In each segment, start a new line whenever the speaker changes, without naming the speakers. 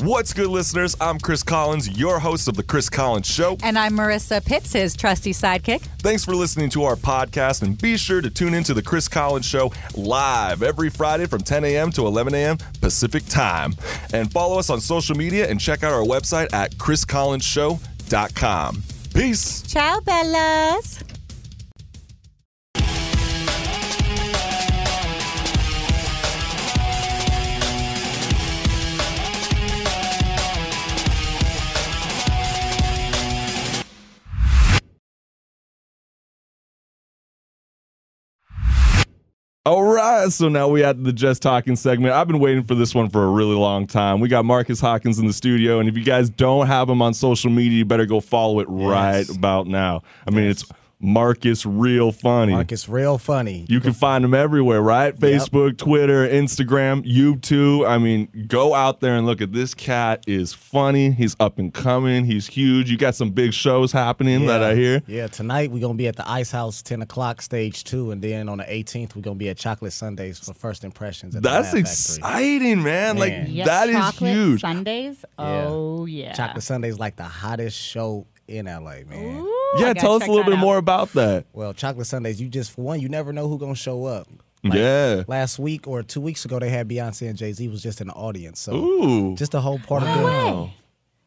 What's good, listeners? I'm Chris Collins, your host of The Chris Collins Show.
And I'm Marissa Pitts, his trusty sidekick.
Thanks for listening to our podcast, and be sure to tune in to The Chris Collins Show live every Friday from 10 a.m. to 11 a.m. Pacific Time. And follow us on social media and check out our website at chriscollinsshow.com. Peace.
Ciao, Bellas.
All right, so now we at the Just Talking segment. I've been waiting for this one for a really long time. We got Marcus Hawkins in the studio, and if you guys don't have him on social media, you better go follow it right about now. I mean, it's Marcus Real Funny.
Like it's real funny.
You can find them everywhere, right? Facebook, Twitter, Instagram, YouTube. I mean, go out there and look at this cat is funny. He's up and coming. He's huge. You got some big shows happening that I hear.
Yeah, tonight we're gonna be at the Ice House, ten o'clock, stage two, and then on the eighteenth we're gonna be at Chocolate Sundays for first impressions. At the
That's
Laugh Factory.
exciting, man. Like
Man.
Yep,
that is
chocolate
huge.
Sundays. Oh yeah.
Chocolate Sundays like the hottest show in LA, man.
Ooh, Oh, I
yeah,
gotta
tell us
check
a little
that
bit
out.
more about that.
Well, Chocolate Sundays, you just for one, you never know who gonna show up.
yeah.
Last week or two weeks ago, they had Beyonce and Jay Z was just in the audience. So
Ooh.
just a whole part of the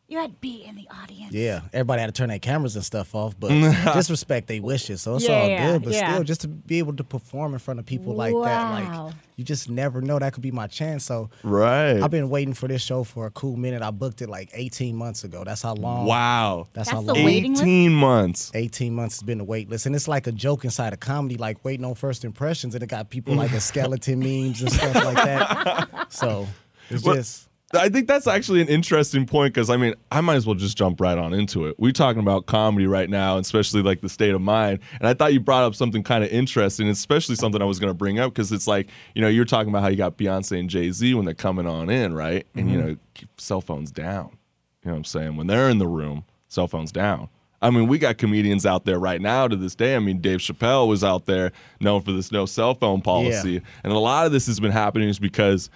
You had B in the audience.
Yeah, everybody had to turn their cameras and stuff off, but disrespect they wishes, so it's
Yeah,
all
yeah,
good. But
yeah.
still, just to be able to perform in front of people like that,
Wow.
like you just never know that could be my chance. So
right.
I've been waiting for this show for a cool minute. I booked it like 18 months ago. That's how
uh,
long.
wow.
That's,
That's
how
the
long.
waiting list?
18 months.
18 months has been the wait list. And it's like a joke inside of comedy, like waiting on first impressions. And it got people like the skeleton memes and stuff like that. So it's
Well,
just.
I think that's actually an interesting point because I mean, I might as well just jump right on into it. We're talking about comedy right now, especially like the state of mind. And I thought you brought up something kind of interesting, especially something I was going to bring up because it's like, you know, you're talking about how you got Beyonce and Jay Z when they're coming on in, right? And, you know, keep cell phones down. You know what I'm saying? When they're in the room, cell phones down. I mean, we got comedians out there right now to this day. I mean, Dave Chappelle was out there known for this no cell phone policy. And a lot of this has been happening is because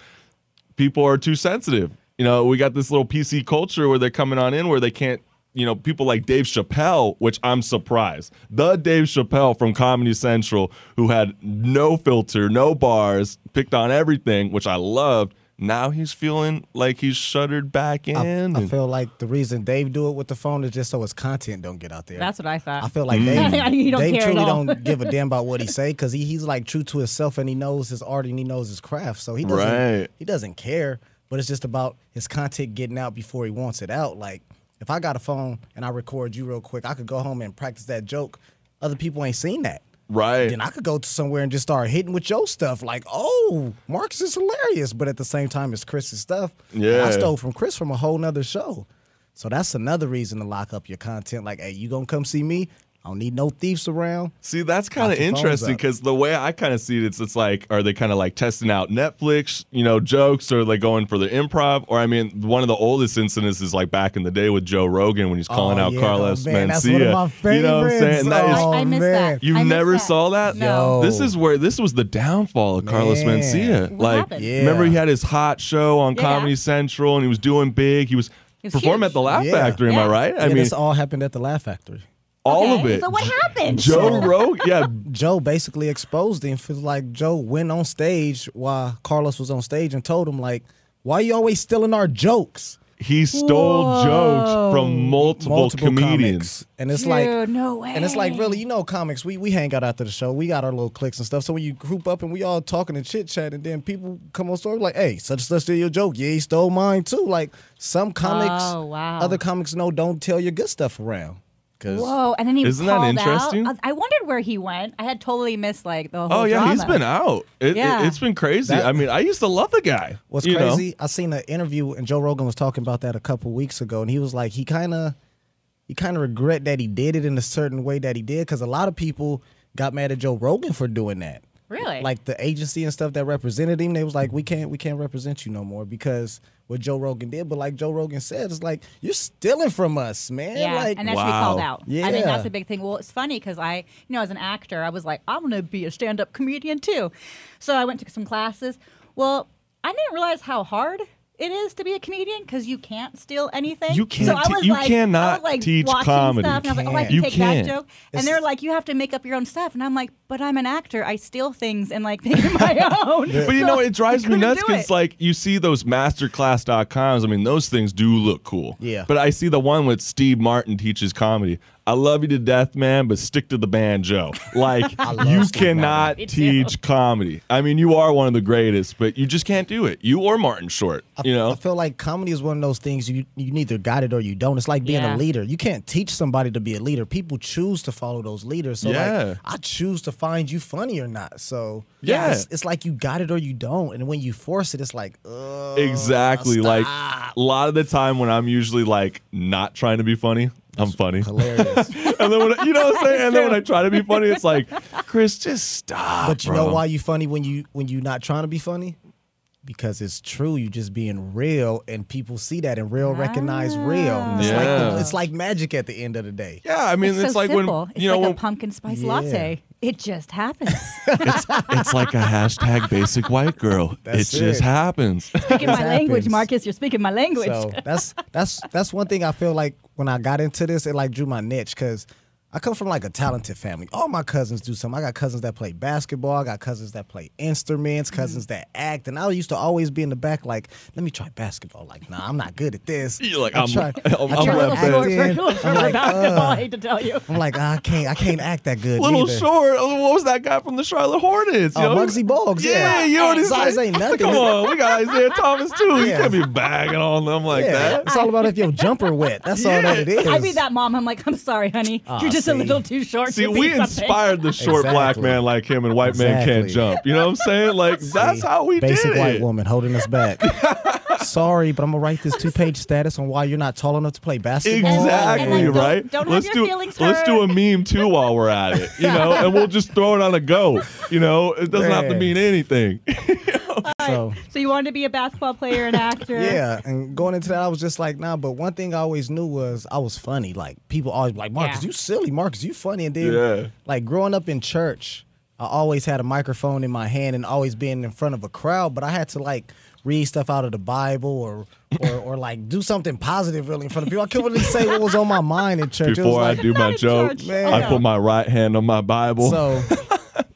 people are too sensitive. You know, we got this little PC culture where they're coming on in where they can't, you know, people like Dave Chappelle, which I'm surprised. The Dave Chappelle from Comedy Central, who had no filter, no bars, picked on everything, which I loved. Now he's feeling like he's shuttered back in.
I
and-
feel like the reason Dave do it with the phone is just so his content don't get out there.
That's what I thought.
I feel like Dave,
He don't
Dave
care at
truly
all.
don't give a damn about what he say because he, he's like true to himself and he knows his art and he knows his craft. So he doesn't
Right.
he doesn't care. But it's just about his content getting out before he wants it out. Like if I got a phone and I record you real quick, I could go home and practice that joke. Other people ain't seen that.
right.
Then I could go to somewhere and just start hitting with your stuff. Like, oh, Marcus is hilarious, but at the same time, it's Chris's stuff. And
Yeah.
I stole from Chris from a whole nother show. So that's another reason to lock up your content. Like, hey, you gonna come see me? I don't need no thieves around.
See, that's kind of
Lock your phones
interesting
up.
because the way I kind of see it, it's, it's like, are they kind of like testing out Netflix, you know, jokes, or are they going for the improv? Or I mean, one of the oldest incidents is like back in the day with Joe Rogan when he's calling
Oh,
out
yeah,
Carlos
man, that's one
Mencia.
of my
You know what I'm saying?
favorites.
And that is-
Oh,
I, I missed
man.
that.
you
I missed
never
that.
saw that?
No.
Yo.
This is where this was the downfall of Carlos
Man.
Mencia.
What
like,
happened?
Yeah.
remember he had his hot show on
Yeah.
Comedy Central and he was doing big. He was,
was
performing at
huge.
the Laugh
Yeah.
Factory. Am I
Yeah.
right? I
and
mean,
this all happened at the Laugh Factory.
all of
Okay,
it.
So what happened?
Joe Rogan, yeah,
Joe basically exposed him for like Joe went on stage while Carlos was on stage and told him like, why you always stealing our jokes?
he stole jokes from multiple,
Multiple
comedians.
comics. And it's
Oh. Dude,
like
no way.
And it's like really, you know, comics. We we hang out after the show. We got our little clicks and stuff. So when you group up and we all talking and chit chat, and then people come on story like, "Hey, such and such did your joke. Yeah, he stole mine too." Like some comics,
Oh, wow.
other comics know don't tell your good stuff around. Cause
Whoa! And then he was
Isn't that
called
interesting?
Out. I I wondered where he went. I had totally missed like the whole.
Oh yeah, he's
drama.
been out. It,
Yeah.
it, has been crazy.
That-
I mean, I used to love the guy.
what's
you know?
crazy? I seen an interview and Joe Rogan was talking about that a couple weeks ago, and he was like, he kind of, he kind of regret that he did it in a certain way that he did, because a lot of people got mad at Joe Rogan for doing that.
Really?
like the agency and stuff that represented him, they was like, we can't, we can't represent you no more because what Joe Rogan did. But like Joe Rogan said, it's like you're stealing from us, man.
Yeah,
like,
and that should be called
Wow.
out. I think
Yeah.
that's a big thing. Well, it's funny because I, you know, as an actor, I was like, I'm going to be a stand up comedian too. So I went to some classes. Well, I didn't realize how hard it is to be a comedian because you can't steal anything.
You can't
So I
te-
was
you
like, I
cannot
was like
teach
watching
comedy.
Stuff, and I was like, oh, I
You
can take
can't.
that joke.
It's-
And they're like, you have to make up your own stuff. And I'm like, but I'm an actor. I steal things and like make them my own.
But you
So
know, it drives
I
me
couldn't
nuts
do
because,
it.
like, you see those masterclass.coms. I mean, those things do look cool.
Yeah.
But I see the one with Steve Martin teaches comedy. I love you to death, man, but stick to the banjo. Like,
love
you
Steve
cannot
Me too.
teach comedy. I mean, you are one of the greatest, but you just can't do it. You or Martin Short, you know?
I feel like comedy is one of those things you you either got it or you don't. It's like being
Yeah.
a leader. You can't teach somebody to be a leader. People choose to follow those leaders. So
Yeah.
like I choose to find you funny or not. So
Yeah.
it's, it's like you got it or you don't. And when you force it, it's like uh,
exactly. Like, a
stop.
lot of the time when I'm usually, like, not trying to be funny, I'm funny.
hilarious.
and then when I, you know what I'm saying? And then when I try to be funny, it's like, Chris, just stop.
but you
bro.
know why you funny when you when you not trying to be funny? Because it's true, you just being real, and people see that, and real recognize real. It's like
Yeah.
the- it's like magic at the end of the day.
Yeah, I mean,
It's,
it's,
so
like
simple.
when
it's
you know,
like a
when-
pumpkin spice
Yeah.
latte. It just happens.
it's, it's like a hashtag basic white girl.
That's
it just
it.
happens.
speaking my language,
happens.
Marcus. You're speaking my language.
So that's that's that's one thing I feel like when I got into this, it like drew my niche because I come from like a talented family. All my cousins do something. I got cousins that play basketball. I got cousins that play instruments.
Mm-hmm.
Cousins that act. And I used to always be in the back like, let me try basketball. Like, nah, I'm not good at this.
You're like,
I
I'm-
try-
I'm-
I
I'm
You're
try
a little
left-handed.
short,
acting.
you're a little short
I'm
for
like,
basketball. I
uh,
hate to tell you.
I'm like, I can't, I can't act that good.
Little
neither.
Short. oh, What was that guy from the Charlotte Hornets? yo?
Oh, Muggsy Bogues.
Yeah,
Yeah,
you know what he's
Size
like?
ain't nothing.
Come on, we got Isaiah Thomas too. You
Yeah.
can't be bagging on them like
Yeah,
that.
it's all about if your jumper wet. That's all that it is.
I'd be that mom. I'm like, I'm sorry, honey.
Ah,
You're just a
see.
little too short.
See,
to be
we
something."
inspired the short black
Exactly.
man like him and white man can't
Exactly.
jump. You know what I'm saying? Like that's how we
basic
did
white
it.
woman holding us back. Sorry, but I'm gonna write this two page status on why you're not tall enough to play basketball.
And,
Exactly
like, don't-
right.
don't have
let's
your
do
feelings
let's do a
hurt.
meme too while we're at it, you know, and we'll just throw it on a go. You know, it doesn't have to
Man.
mean anything.
So,
So you wanted to be a basketball player and actor?
yeah, and going into that, I was just like, nah. But one thing I always knew was I was funny. Like people always be like, Marcus,
Yeah.
you silly. Marcus, you funny. And then,
Yeah.
like growing up in church, I always had a microphone in my hand and always being in front of a crowd. But I had to like read stuff out of the Bible or or, or like do something positive really in front of people. I couldn't really say what was on my mind in church. It was
Before I
like-
do my
in
joke,
church.
Man.
I put my right hand on my Bible.
So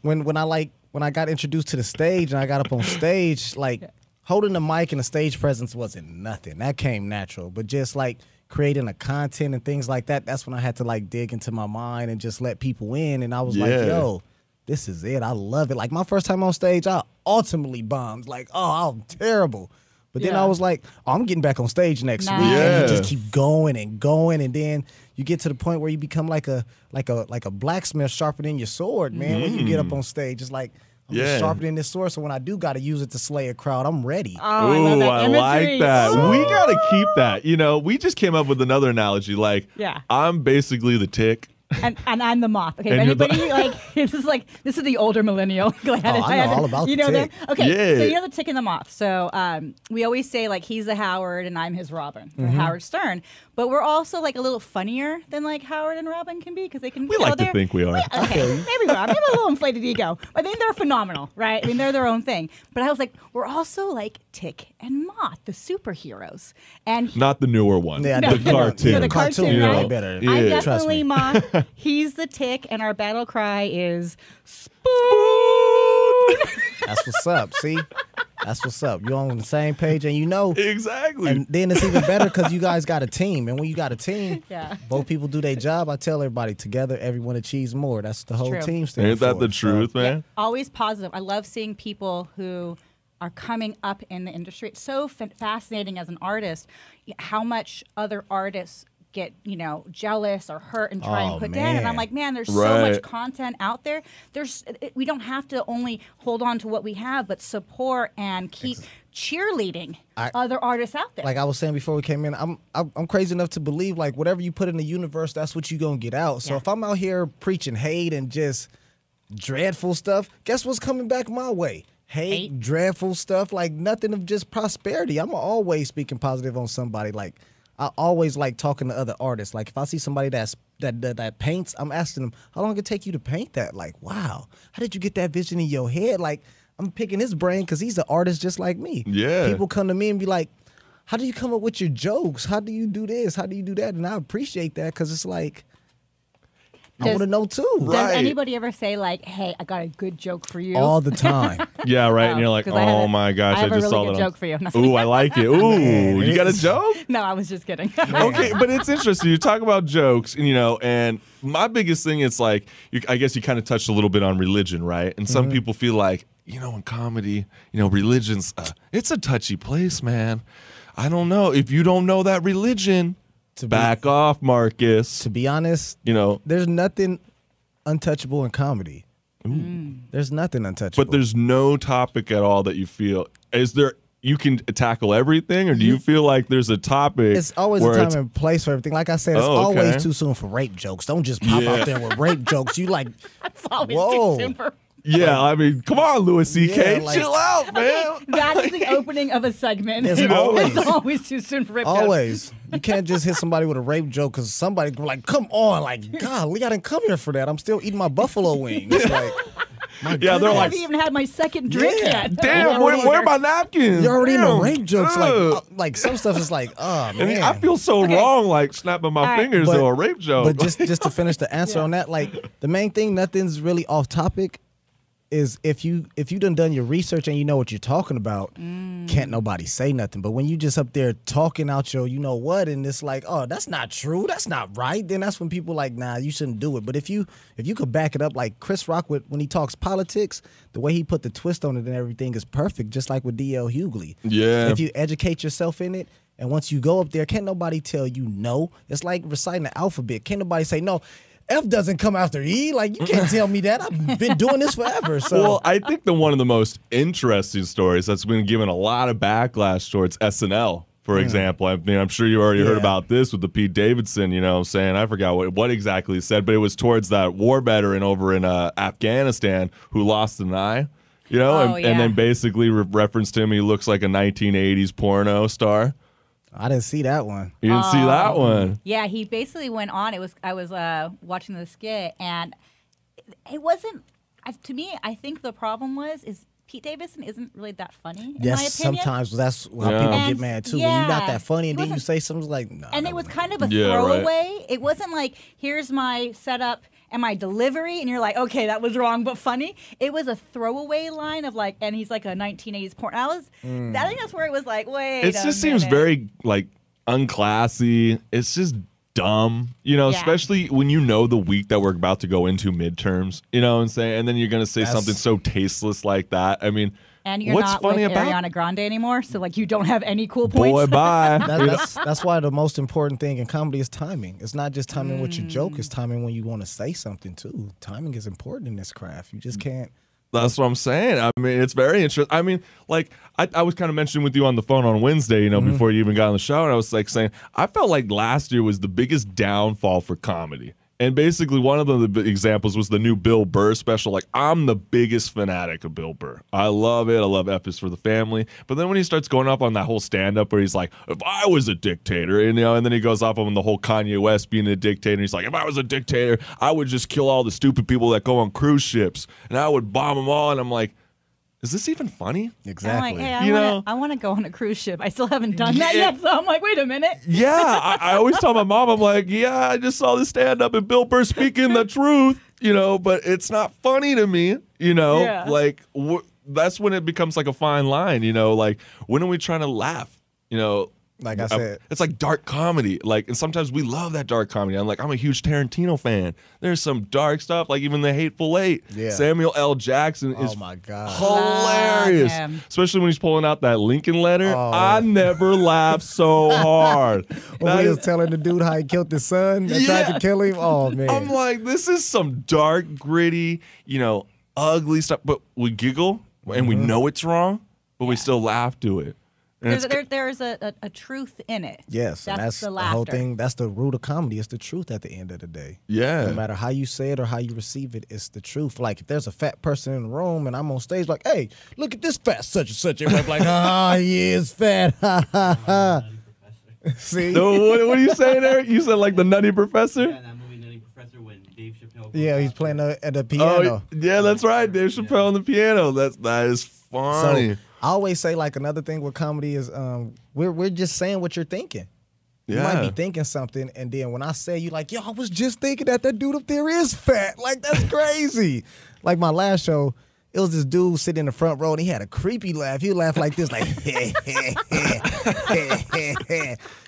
when when I like when I got introduced to the stage and I got up on stage, like holding the mic and the stage presence wasn't nothing. That came natural. But just like creating the content and things like that, that's when I had to like dig into my mind and just let people in. And I was
Yeah.
like, yo, this is it. I love it. Like my first time on stage, I ultimately bombed. Like, oh, I'm terrible. But then
Yeah.
I was like, oh, I'm getting back on stage next week. And
Yeah.
you just keep going and going and then you get to the point where you become like a like a like a blacksmith sharpening your sword man when you get up on stage it's like i'm
Mm. Yeah.
just sharpening this sword so when i do gotta use it to slay a crowd i'm ready
Oh, I love
Ooh,
that Oh,
I
imagery.
like that.
Ooh.
We gotta keep that. You know, we just came up with another analogy. Like,
Yeah.
I'm basically the tick.
and, and I'm the moth. Okay, if
And you're the-
anybody like this is like this is the older millennial. Like, had
Oh,
to-
I
had
know
to-
all about
you
the
know that.
tick.
Okay, so
Yeah.
you know the tick and the moth. So um, we always say like he's the Howard and I'm his Robin, or
Mm-hmm.
Howard Stern. But we're also like a little funnier than like Howard and Robin can be because they can.
We
you know,
like to
they're-
think we are.
Okay, maybe we are. Maybe a little inflated ego. I think they're phenomenal, right? I mean, they're their own thing. But I was like, we're also like Tick and Moth, the superheroes. And
Not the newer one.
Yeah,
the
no, no, no,
cartoon.
So the cartoon,
You know,
right?
way better.
Yeah.
I'm
Trust
definitely
me.
Moth. He's the tick, and our battle cry is spoon.
that's what's up see that's what's up you're on the same page and you know
Exactly.
and then it's even better because you guys got a team and when you got a team
Yeah.
both people do their job i tell everybody together everyone achieves more that's the whole
true.
team stand
Ain't that
for.
the
So,
truth, man?
Always positive. I love seeing people who are coming up in the industry. It's so fa- fascinating as an artist y- how much other artists get, you know, jealous or hurt and try
Oh,
and put down. And I'm
man.
like, man, there's so
Right.
much content out there. There's it- we don't have to only hold on to what we have, but support and keep cheerleading
I-
other artists out there.
like I was saying before we came in, I'm I'm, I'm crazy enough to believe like whatever you put in the universe, that's what you gonna get out. So
Yeah.
if I'm out here preaching hate and just dreadful stuff, guess what's coming back my way? Hate,
Hate.
dreadful stuff, like nothing of just prosperity. I'm always speaking positive on somebody. Like I always like talking to other artists. Like if I see somebody that's that, that that paints, I'm asking them, how long it take you to paint that? Like, wow, how did you get that vision in your head? Like I'm picking his brain because he's an artist just like me.
Yeah.
People come to me and be like, how do you come up with your jokes? How do you do this? How do you do that? And I appreciate that because it's like, I
Does-
want to know too.
Right.
Does anybody ever say like, "Hey, I got a good joke for you"?
All the time.
Yeah, right. and you're like,
'cause I have
oh
a-
my gosh,
I
I,
have a
just
really
saw
good
that.
joke for you.
on- Ooh, I like it. Ooh, you got a
it's-
joke?
no, I was just kidding.
okay, but it's interesting. You talk about jokes, and you know, and my biggest thing is like, you, I guess you kind of touched a little bit on religion, right? And
Mm-hmm.
some people feel like, you know, in comedy, you know, religion's uh, it's a touchy place, man. I don't know if you don't know that religion.
To be-
back off, Marcus.
to be honest,
you know,
there's nothing untouchable in comedy. There's nothing untouchable.
but there's no topic at all that you feel is there. You can tackle everything, or do you feel like there's a topic?
It's always a
where
time
it's-
and place for everything. Like I said, it's
Oh, okay.
always too soon for rape jokes. Don't just pop
Yeah.
out there with rape jokes. You like,
It's always
Whoa.
too soon for-
Yeah, I mean, come on, Louis C.K.
Yeah, like-
chill out, man.
That is the opening of a segment.
It's You know? always-
It's always too soon for rip jokes.
always. You can't just hit somebody with a rape joke because somebody gonna be like, come on, like, golly, I didn't come here for that. I'm still eating my buffalo wings. Like,
Yeah, they're
I
like,
haven't even had my second drink
Yeah.
yet.
damn,
You're
where,
already-
where are my napkins?
you already know
Damn.
rape jokes. Like,
Ugh.
uh, like some stuff is like, oh
I
man.
mean, I feel so wrong, like snapping my
right.
fingers or a rape joke.
But just just to finish the answer on that, like the main thing, nothing's really off topic. Is if you if you done done your research and you know what you're talking about, can't nobody say nothing. But when you just up there talking out your you know what, and it's like, oh, that's not true, that's not right. Then that's when people like, nah, you shouldn't do it. But if you if you could back it up, like Chris Rock with when he talks politics, the way he put the twist on it and everything is perfect. Just like with D.L. Hughley.
Yeah.
If you educate yourself in it. And once you go up there, can't nobody tell you no. It's like reciting the alphabet. Can't nobody say no. F doesn't come after E. Like you can't tell me that. I've been doing this forever. So
well, I think the one of the most interesting stories that's been given a lot of backlash towards SNL, for example. I mean, I'm sure you already heard
Hmm. Yeah.
about this with the Pete Davidson, you know, saying, I forgot what, what exactly he said, but it was towards that war veteran over in uh, Afghanistan who lost an eye. You know,
Oh,
and, and then
yeah.
basically re- referenced him. He looks like a 1980s porno star.
I didn't see that one.
You didn't see
Oh.
that one.
Yeah, he basically went on. It was I was uh, watching the skit, and it wasn't. I, to me, I think the problem was is Pete Davidson isn't really that funny. In my
Yes,
opinion.
sometimes that's how
Yeah.
people
And-
get mad too. When you're not
yeah.
that funny, and
He
then you
wasn't-
say something like, nah,
And
that
it was
wasn't-
kind of a
Yeah, right.
throwaway. It wasn't like, here's my setup and my delivery, and you're like, okay, that was wrong but funny. It was a throwaway line of like, and he's like a 1980s porn. I was, I think that's where it was like, wait.
Hmm. It
a
just seems
minute.
very like unclassy. It's just dumb, you know,
Yeah.
especially when you know the week that we're about to go into midterms, you know what I'm saying? And then you're going to say
That's-
something so tasteless like that. I mean,
And you're
what's
not
funny
with
about
Ariana Grande anymore, so like you don't have any cool points.
Boy, bye.
That- that's that's why the most important thing in comedy is timing. It's not just timing what you joke;
Mm.
it's timing when you want to say something too. Timing is important in this craft. You just can't.
That's what I'm saying. I mean, it's very interesting. I mean, like I, I was kind of mentioning with you on the phone on Wednesday, you know, before you even got on the show, and I was like saying I felt like last year was the biggest downfall for comedy. And basically, one of the b- examples was the new Bill Burr special. Like, I'm the biggest fanatic of Bill Burr. I love it. I love F is for the Family. But then when he starts going off on that whole stand up where he's like, if I was a dictator, and, you know, and then he goes off on the whole Kanye West being a dictator. He's like, if I was a dictator, I would just kill all the stupid people that go on cruise ships and I would bomb them all. And I'm like, is this even funny?
Exactly.
I'm like, hey, I
You
wanna,
know?
I want to go on a cruise ship. I still haven't done that
Yeah.
yet, so I'm like, wait a minute.
Yeah, I, I always tell my mom, I'm like, yeah, I just saw this stand up and Bill Burr speaking the truth, you know, but it's not funny to me, you know,
Yeah.
like wh- that's when it becomes like a fine line, you know, like when are we trying to laugh, you know?
Like I
Uh,
said.
it's like dark comedy. Like, and sometimes we love that dark comedy. I'm like, I'm a huge Tarantino fan. There's some dark stuff, like even The Hateful Eight.
Yeah.
Samuel L. Jackson
Oh
is
my god.
hilarious.
Love him.
Especially when he's pulling out that Lincoln letter. I never laughed so hard. That
When Oh. we
is-
was telling the dude how he killed his son that
Yeah.
tried to kill him. Oh man.
I'm like, this is some dark, gritty, you know, ugly stuff. But we giggle and
Mm-hmm.
we know it's wrong, but we still laugh to it. And it's,
There's, a- there, there's a, a, a truth in it.
yes,
that's,
and that's
the
the,
laughter.
whole thing. That's the root of comedy. It's the truth at the end of the day.
yeah.
No matter how you say it or how you receive it, it's the truth. Like if there's a fat person in the room and I'm on stage, like, hey, look at this fat such and such. Everybody's like, ah, he is fat. Ha ha ha. See?
No, what, what are you saying, Eric? You said like the nutty professor?
Yeah, in that movie, Nutty Professor, when Dave Chappelle. goes
Yeah, he's
out
playing
there.
the, at the piano.
Oh, yeah, that's right. Dave Chappelle on the piano. That's that is
So
funny.
I always say like another thing with comedy is um we're we're just saying what you're thinking. You might
Yeah.
be thinking something, and then when I say you like, yo, I was just thinking that that dude up there is fat. Like that's crazy. like my last show, it was this dude sitting in the front row, and he had a creepy laugh. He laughed like this, like.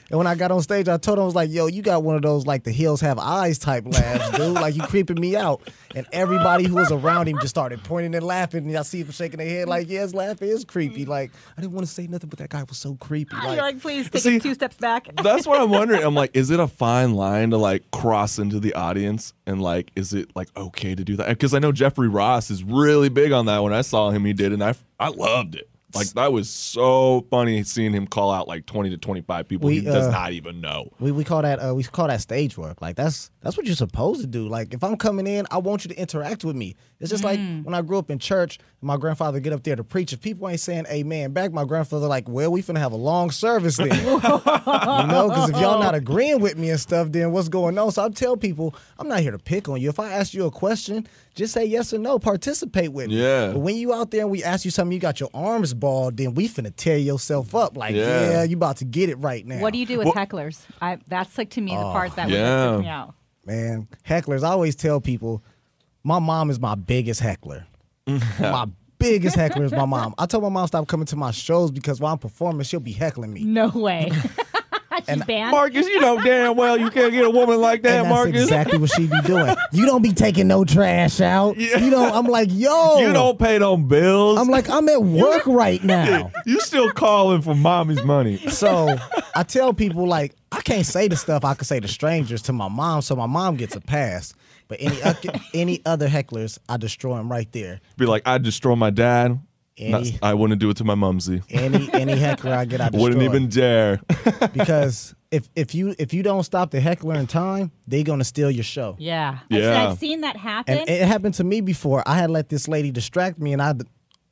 And when I got on stage, I told him I was like, "Yo, you got one of those like the hills have eyes type laughs, dude. Like you creeping me out." And everybody who was around him just started pointing and laughing. And I see them shaking their head like, "Yes, laugh is creepy." Like I didn't want to say nothing, but that guy was so creepy.
You're like, please take
See,
it two steps back.
That's what I'm wondering. I'm like, is it a fine line to like cross into the audience and like, is it like okay to do that? Because I know Jeffrey Ross is really big on that. When I saw him, he did, and I I loved it. Like that was so funny seeing him call out like 20 to 25 people
We,
he does
uh,
not even know.
We, we call that uh, we call that stage work. Like that's that's what you're supposed to do. Like if I'm coming in, I want you to interact with me. It's just
Mm.
like when I grew up in church, my grandfather get up there to preach. If people ain't saying amen back, my grandfather like, well, we finna have a long service then. you know, because if y'all not agreeing with me and stuff, then what's going on? So I tell people, I'm not here to pick on you. If I ask you a question, just say yes or no. Participate with me.
Yeah.
But when you out there and we ask you something, you got your arms balled, then we finna tear yourself up. Like,
Yeah.
yeah, you about to get it right now.
What do you do with hecklers? I, that's like to me the
Oh.
part that
yeah.
would freak me out.
man. Hecklers. I always tell people, my mom is my biggest heckler. my biggest heckler is my mom. I told my mom stop coming to my shows because while I'm performing, she'll be heckling me.
No way. She's banned.
Marcus, you know damn well you can't get a woman like that,
and that's
Marcus.
exactly what she be doing. You don't be taking no trash out. You know, I'm like, yo.
You don't pay no bills.
I'm like, I'm at work right now.
you still calling for mommy's money.
So I tell people like I can't say the stuff I could say to strangers to my mom, so my mom gets a pass. But any oth- any other hecklers, I destroy them right there.
Be like, I destroy my dad.
Any-
Not- I wouldn't do it to my mumsy.
Any any heckler I get, I destroy.
Wouldn't even dare.
because if if you if you don't stop the heckler in time, they gonna steal your show.
Yeah.
Yeah.
I've seen that happen.
And it happened to me before. I had let this lady distract me, and I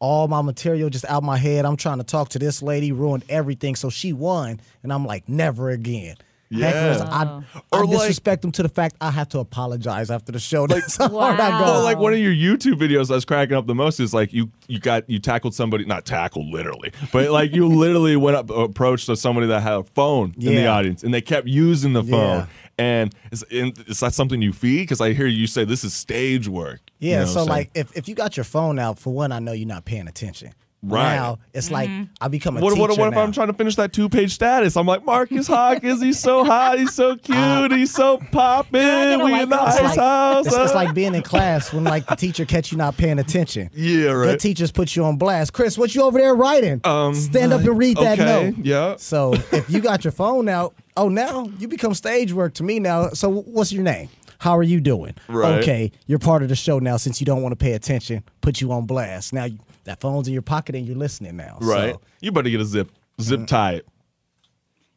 all my material just out my head. I'm trying to talk to this lady, ruined everything. So she won, and I'm like, never again.
Yeah.
Hecklers, I, I
Or like-
disrespect them to the fact I have to apologize after the show. That's how hard I
Wow.
go.
Well, like
Oh.
one of your YouTube videos I was cracking up the most is like you you got you tackled somebody not tackled literally but like you literally went up approached to somebody that had a phone in the
Yeah.
audience and they kept using the phone
Yeah.
and is, and is that something you feed because I hear you say this is stage work you
Yeah,
know what
so
I'm saying?
like if, if you got your phone out, for one, I know you're not paying attention.
Right.
Now it's
Mm-hmm.
like I become a
what,
teacher
what, what if
now.
I'm trying to finish that two page status I'm like Marcus Hawkins he's so hot he's so
Uh,
cute he's so popping
get a
we
white
in the
girl?
ice
It's
like-
house
It's,
uh."
it's like being in class when like the teacher catch you not paying attention.
Yeah,
Good
right.
teachers put you on blast. Chris, what you over there writing?
Um,
Stand up and read that
okay,
note.
yeah.
So if you got your phone out, oh now you become stage work to me now. So what's your name? How are you doing?
Right.
Okay, you're part of the show now since you don't want to pay attention. Put you on blast. Now you, that phone's in your pocket and you're listening now.
right
So,
you better get a zip
Mm.
zip tie it.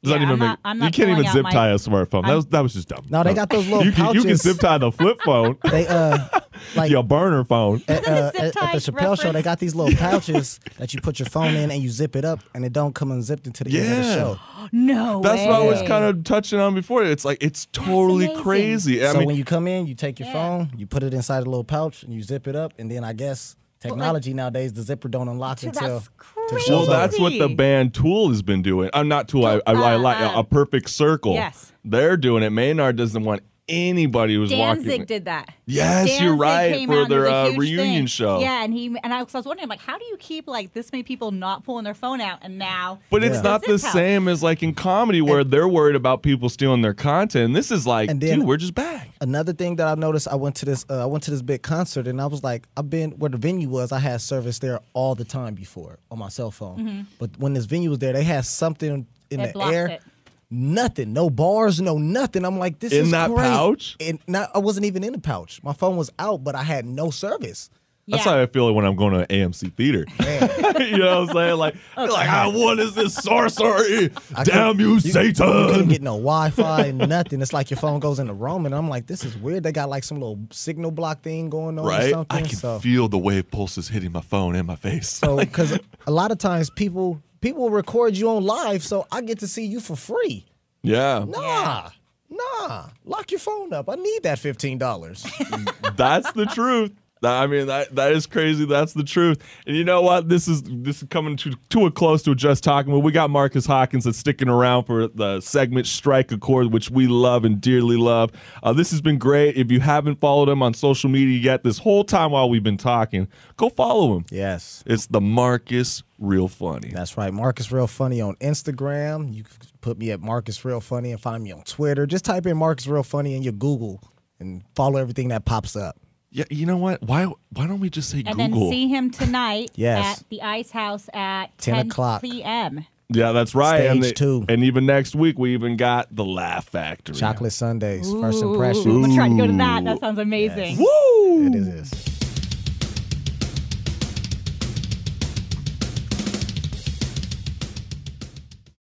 Does
Yeah,
that even
I'm
make,
not- I'm
you
not
can't even
pulling out
zip
my-
tie a smartphone. That was that was just dumb.
No, they got those little
you can, you can
pouches.
zip tie the flip phone,
they uh like
your burner phone.
at, uh,
Zip
at- at the
ties
Chappelle show, they
reference.
got these little pouches that you put your phone in and you zip it up, and it don't come unzipped into the end of
Yeah.
the show.
no
That's what I was
way.
kind of touching on before. It's like it's totally
amazing.
crazy. I
so
mean,
when you come in, you take your
Yeah.
phone, you put it inside a little pouch, and you zip it up, and then I guess technology nowadays the zipper don't unlock
Dude,
until.
that's
till
crazy.
well,
show's over.
that's what the
crazy.
band Tool has been doing. I'm not Tool. I, I, I like
Uh,
a perfect circle.
Yes.
they're doing it. Maynard doesn't want anybody who's walking.
Danzig did that.
Yes, you're
Danzig
right,
came
for
out and
their,
it was a
uh,
huge
reunion
thing.
show.
Yeah, and he and I was, I was wondering like, how do you keep like this many people not pulling their phone out, and now?
But it's
Yeah.
not the
Does it help?
same as like in comedy where they're worried about people stealing their content. This is like,
And then-
dude, we're just back.
Another thing that I noticed, I went to this, uh, I went to this big concert, and I was like, I've been where the venue was. I had service there all the time before on my cell phone, but when this venue was there, they had something in
It
the
blocks
air.
it.
Nothing, no bars, no nothing. I'm like, this
In
is
that
great.
pouch?
And not, I wasn't even in the pouch. My phone was out, but I had no service.
That's
Yeah.
how I feel when I'm going to an AMC theater. you know what I'm saying? Like, like ah, what is this sorcery? Damn you,
You couldn't
Satan!
get no Wi-Fi, nothing. It's like your phone goes into roam, and I'm like, this is weird. They got like some little signal block thing going on or
right?
something.
I can
so,
feel the wave pulses hitting my phone and my face.
because a lot of times people people record you on live, so I get to see you for free.
yeah,
Nah, nah, lock your phone up. I need that fifteen dollars.
that's the truth. That- I mean that that is crazy. That's the truth. And you know what? This is this is coming to too a close to a just talking. But we got Marcus Hawkins that's sticking around for the segment Strike a Chord, which we love and dearly love. Uh, this has been great. If you haven't followed him on social media yet, this whole time while we've been talking, go follow him.
Yes.
It's the Marcus Real Funny.
That's right. Marcus Real Funny on Instagram. You can put me at Marcus Real Funny and find me on Twitter. Just type in Marcus Real Funny in your Google and follow everything that pops up.
Yeah, you know what? Why why don't we just say
And
Google?
then see him tonight
Yes.
at the Ice House at
10 o'clock.
p.m.
yeah, that's right. and
Stage two.
And even next week, we even got the Laugh Factory.
Chocolate Sundays, first
Ooh,
impression.
I'm gonna try to go to that. That sounds amazing.
Woo!
It is.